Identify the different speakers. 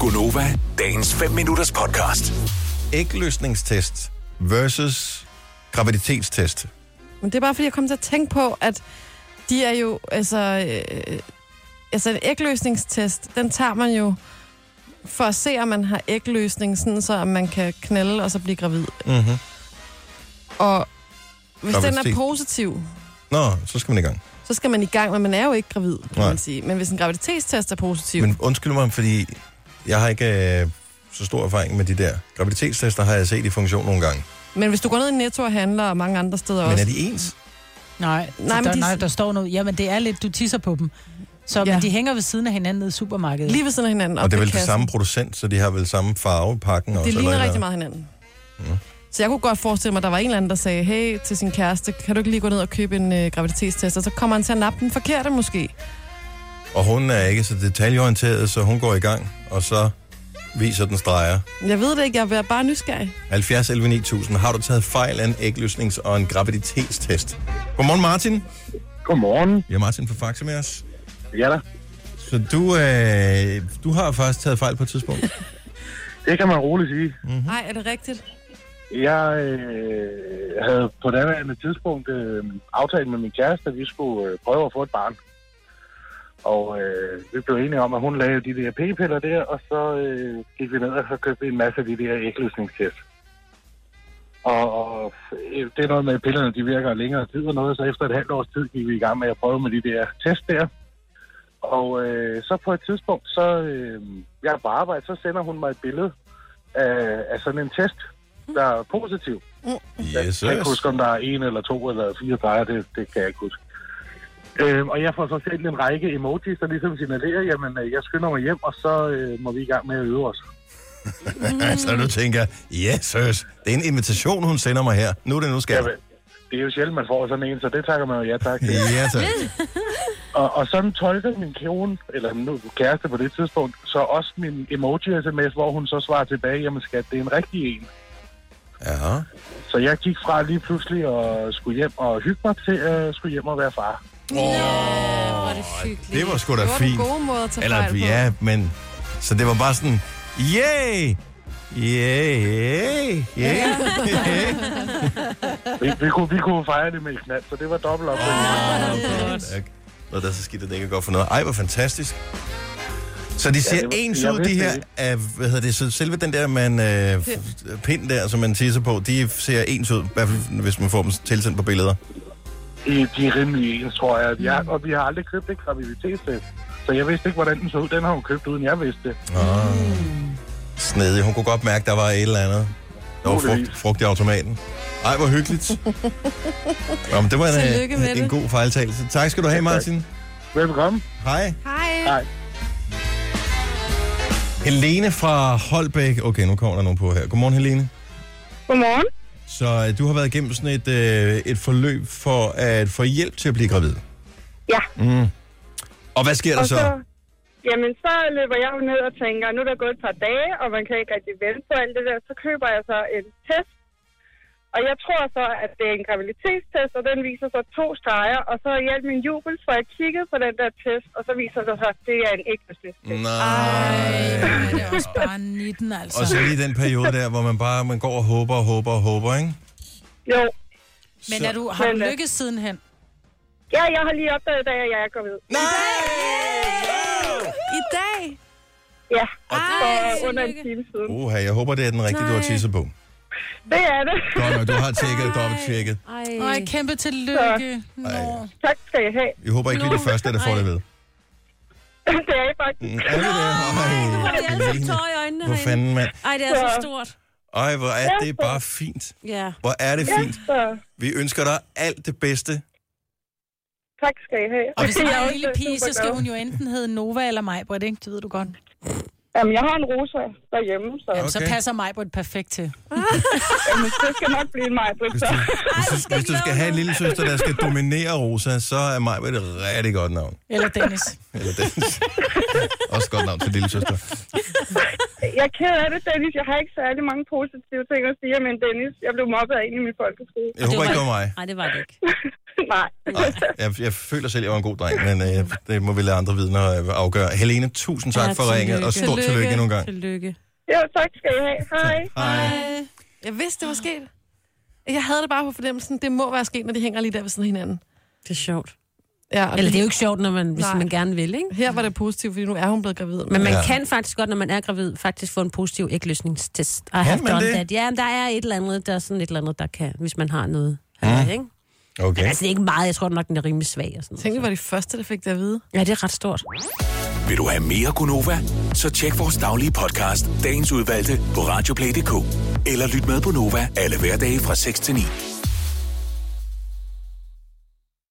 Speaker 1: Gunova, dagens 5 minutters podcast.
Speaker 2: ægløsningstest versus graviditetstest.
Speaker 3: Men det er bare, fordi jeg kom til at tænke på, at de er jo, altså... Øh, altså, en ægløsningstest, den tager man jo for at se, om man har ægløsning, sådan så at man kan knælde og så blive gravid. Mhm.
Speaker 2: Mm-hmm.
Speaker 3: Og hvis den er
Speaker 2: Graviditet.
Speaker 3: positiv,
Speaker 2: Nå, så skal man i gang.
Speaker 3: så skal man i gang, men man er jo ikke gravid, kan
Speaker 2: Nej.
Speaker 3: man sige. Men hvis en graviditetstest er positiv, men...
Speaker 2: Men undskyld mig, fordi jeg har ikke øh, så stor erfaring med de der. Graviditetstester har jeg set i funktion nogle gange.
Speaker 3: men hvis du går ned i Netto og handler og mange andre steder
Speaker 2: Men
Speaker 3: også,
Speaker 2: er de ens?
Speaker 4: Nej,
Speaker 3: Nej,
Speaker 4: nej,
Speaker 3: men
Speaker 4: der,
Speaker 3: de-
Speaker 4: de... nej, der står noget. Jamen, det er lidt, du tisser på dem. Så
Speaker 3: Ja.
Speaker 4: ja. men de hænger ved siden af hinanden nede i supermarkedet.
Speaker 3: lige ved siden af hinanden. op
Speaker 2: Og det er vel
Speaker 3: ved
Speaker 2: det
Speaker 3: kassen.
Speaker 2: samme producent, så de har vel samme farve i pakken også?
Speaker 3: Det ligner
Speaker 2: eller-
Speaker 3: rigtig meget hinanden.
Speaker 2: Mm.
Speaker 3: Så jeg kunne godt forestille mig, at der var en eller anden, der sagde, hey til sin kæreste, kan du ikke lige gå ned og købe en øh, graviditetstest? Og så kommer han til at nappe den forkerte måske.
Speaker 2: Og hun er ikke så detaljeorienteret, så hun går i gang, og så viser den streger.
Speaker 3: Jeg ved det ikke, jeg er bare nysgerrig.
Speaker 2: 70 11 9000. Har du taget fejl af en ægløsnings- og en graviditetstest? Godmorgen Martin.
Speaker 5: Godmorgen.
Speaker 2: Vi har Martin fra Faxe med os.
Speaker 5: Ja da.
Speaker 2: Så du, øh, du har faktisk taget fejl på et tidspunkt.
Speaker 5: Det kan man roligt sige.
Speaker 2: Mhm.
Speaker 3: Nej, er det rigtigt?
Speaker 5: Jeg øh, havde på daværende tidspunkt øh, aftalt med min kæreste, at vi skulle øh, prøve at få et barn. Og øh, vi blev enige om, at hun lavede de der p-piller der, og så øh, gik vi ned og så købte vi en masse af de der ægløsningstest. Og, og øh, det er noget med, at pillerne de virker længere tid og noget, så efter et halvt års tid gik vi i gang med at prøve med de der test der. Og øh, så på et tidspunkt, så øh, jeg er på arbejde, så sender hun mig et billede af, af sådan en test, der er positiv.
Speaker 2: Yes,
Speaker 5: Jeg kan ikke
Speaker 2: yes.
Speaker 5: huske, om der er en eller to eller fire streger, det, det kan jeg ikke huske. Øhm, og jeg får så sendt en række emojis, der ligesom signalerer, jamen øh, jeg skynder mig hjem, og så øh, må vi i gang med at øve os.
Speaker 2: så Altså, du tænker, yes, yes. Det er en invitation, hun sender mig her. Nu er det nu skal.
Speaker 5: Jamen, det er jo sjældent, man får sådan en, så det takker man jo ja tak. til.
Speaker 2: Ja, tak.
Speaker 5: og, og sådan tolkede min kone, eller nu kæreste på det tidspunkt, så også min emoji-sms, hvor hun så svarer tilbage, jamen skat, det er en rigtig en.
Speaker 2: Ja.
Speaker 5: Så jeg gik fra lige pludselig at skulle hjem og hygge mig til at skulle hjem og være far.
Speaker 3: Åh, det hyggeligt.
Speaker 2: det var sgu da
Speaker 3: det var
Speaker 2: fint.
Speaker 3: Det gode måde at tage
Speaker 2: Eller,
Speaker 3: fejl på.
Speaker 2: ja, men... Så det var bare sådan, yay! Yay! Yay!
Speaker 5: Vi, vi, kunne, vi kunne fejre det med et knald, så det var dobbelt op.
Speaker 2: Nå, der er så skidt, at det ikke er godt for noget. Ej, hvor fantastisk. Så de ser
Speaker 5: det var-
Speaker 2: ja, ens
Speaker 5: jeg
Speaker 2: ud, de
Speaker 5: vidste
Speaker 2: her,
Speaker 5: det ikke.
Speaker 2: af, hvad hedder det, så selve den der man, øh, f- pind der, som man tisser på, de ser ens ud, i hvert fald hvis man får dem tilsendt på billeder.
Speaker 5: De, de er rimelig ens, tror jeg. jeg. Og vi har aldrig købt et graviditetstest. Så jeg vidste ikke, hvordan den så ud. Den har hun købt, uden jeg vidste det.
Speaker 2: snedig. Hun kunne godt mærke, der var et eller andet. Der var
Speaker 5: Muligvis.
Speaker 2: frugt, frugt i automaten. Ej, hvor hyggeligt. Nå, men det var en, øh,
Speaker 3: Tillykke med
Speaker 2: en,
Speaker 3: det.
Speaker 2: en god fejltagelse. Tak skal du have, Martin.
Speaker 5: Velkommen.
Speaker 2: Hej.
Speaker 3: Hej.
Speaker 5: Hej.
Speaker 2: Helene fra Holbæk. Okay, nu kommer der nogen på her. Godmorgen, Helene.
Speaker 6: Godmorgen.
Speaker 2: Så øh, du har været igennem sådan et, øh, et forløb for at få hjælp til at blive gravid.
Speaker 6: Ja.
Speaker 2: Mm. Og hvad sker der
Speaker 6: Og
Speaker 2: så?
Speaker 6: så, jamen, så løber jeg jo ned og tænker, nu er der gået et par dage, og man kan ikke rigtig vente på alt det der. Så køber jeg så en test, og jeg tror så, at det er en graviditetstest, og den viser så to streger, og så hjalp min jubel, for jeg kiggede på den der test, og så viser det sig, at det er en ægtestest.
Speaker 2: Nej.
Speaker 4: Ej, det er også bare 19, altså.
Speaker 2: Og så lige den periode der, hvor man bare man går og håber og håber og håber, ikke?
Speaker 6: Jo,
Speaker 4: Men
Speaker 2: så-
Speaker 4: er du, har du
Speaker 6: Men, øh,
Speaker 4: lykkes sidenhen?
Speaker 6: ja, jeg har lige opdaget, da jeg er gravid.
Speaker 2: Nej!
Speaker 3: I dag?
Speaker 6: Ja, for
Speaker 3: Ej,
Speaker 6: under en
Speaker 3: tillykke.
Speaker 6: time siden.
Speaker 2: Oha, jeg håber, det er den rigtige, du har
Speaker 3: Nej.
Speaker 2: tisset på.
Speaker 6: Det er det.
Speaker 2: Godt nok, du har tjekket og dobbelt tjekket.
Speaker 3: Øh.
Speaker 4: Ej, kæmpe tillykke. Nå.
Speaker 6: Tak skal I have.
Speaker 2: Jeg håber ikke, vi er det første, der får det ved. Mm,
Speaker 6: Det er I faktisk.
Speaker 2: Er vi det? Ej,
Speaker 7: altså
Speaker 2: Lene. Hvor fanden, mand.
Speaker 7: Ej, det er så stort.
Speaker 2: Ej, hvor er det bare fint.
Speaker 7: Ja.
Speaker 2: Hvor er det fint.
Speaker 6: Så
Speaker 2: Vi ønsker dig alt det bedste.
Speaker 6: tak skal I have.
Speaker 4: Og hvis
Speaker 6: Jeg
Speaker 4: der er
Speaker 6: også
Speaker 4: en lille pige, så skal
Speaker 6: superglad.
Speaker 4: hun jo enten hedde Nova eller Majbrit, ikke? Det ved du godt.
Speaker 6: Jamen, jeg har en rosa derhjemme, så
Speaker 4: Jamen, så
Speaker 2: Okay.
Speaker 4: passer Majbrit perfekt til.
Speaker 6: jamen, det skal nok blive en mig, Britt. Så.
Speaker 2: Hvis du, hvis du skal have en lille søster, der skal dominere Rosa, så er mig et rigtig godt navn.
Speaker 4: Eller Dennis.
Speaker 2: Eller Dennis. Også godt navn til lille søster.
Speaker 6: Jeg er ked af det, Dennis. Jeg har ikke særlig mange positive ting at sige om en Dennis. Jeg blev mobbet af en i min folkeskole.
Speaker 2: Jeg håber ikke, det var mig.
Speaker 7: Nej, det var det ikke.
Speaker 6: Nej.
Speaker 2: Nej, jeg, jeg føler selv, at jeg var en god dreng, men øh, det må vi lade andre vidner øh, afgøre. Helene, tusind tak ja, for ringet, og stort tillykke, tillykke endnu en gang.
Speaker 7: Tillykke.
Speaker 6: Jo, tak skal I have. Hej.
Speaker 2: Hej.
Speaker 3: Øh, jeg vidste, det var sket. Jeg havde det bare på fornemmelsen, det må være sket, når de hænger lige der ved siden af hinanden.
Speaker 7: Det er sjovt.
Speaker 3: Ja, og
Speaker 7: Eller det er jo ikke sjovt, når man, hvis
Speaker 3: Nej.
Speaker 7: man gerne vil, ikke?
Speaker 3: Her var det positivt, fordi nu er hun blevet gravid.
Speaker 7: Men man
Speaker 2: Ja.
Speaker 7: ja. kan faktisk godt, når man er gravid, faktisk få en positiv ægløsningstest. I have
Speaker 2: Kan man
Speaker 7: done
Speaker 2: det?
Speaker 7: det? that. Ja, men der er et eller andet, der er sådan et eller andet, der kan, hvis man har noget.
Speaker 2: Mm.
Speaker 7: Ja. Ikke?
Speaker 2: Okay.
Speaker 7: Altså, det er ikke meget. Jeg tror nok, den er rimelig svag og sådan
Speaker 3: Tænk, det
Speaker 7: noget.
Speaker 3: var de første, der fik det at vide.
Speaker 7: Ja, det er ret stort.
Speaker 1: Vil du have mere Gunova? Så tjek vores daglige podcast, dagens udvalgte, på radioplay.dk. Eller lyt med på Nova alle hverdage fra 6 til 9.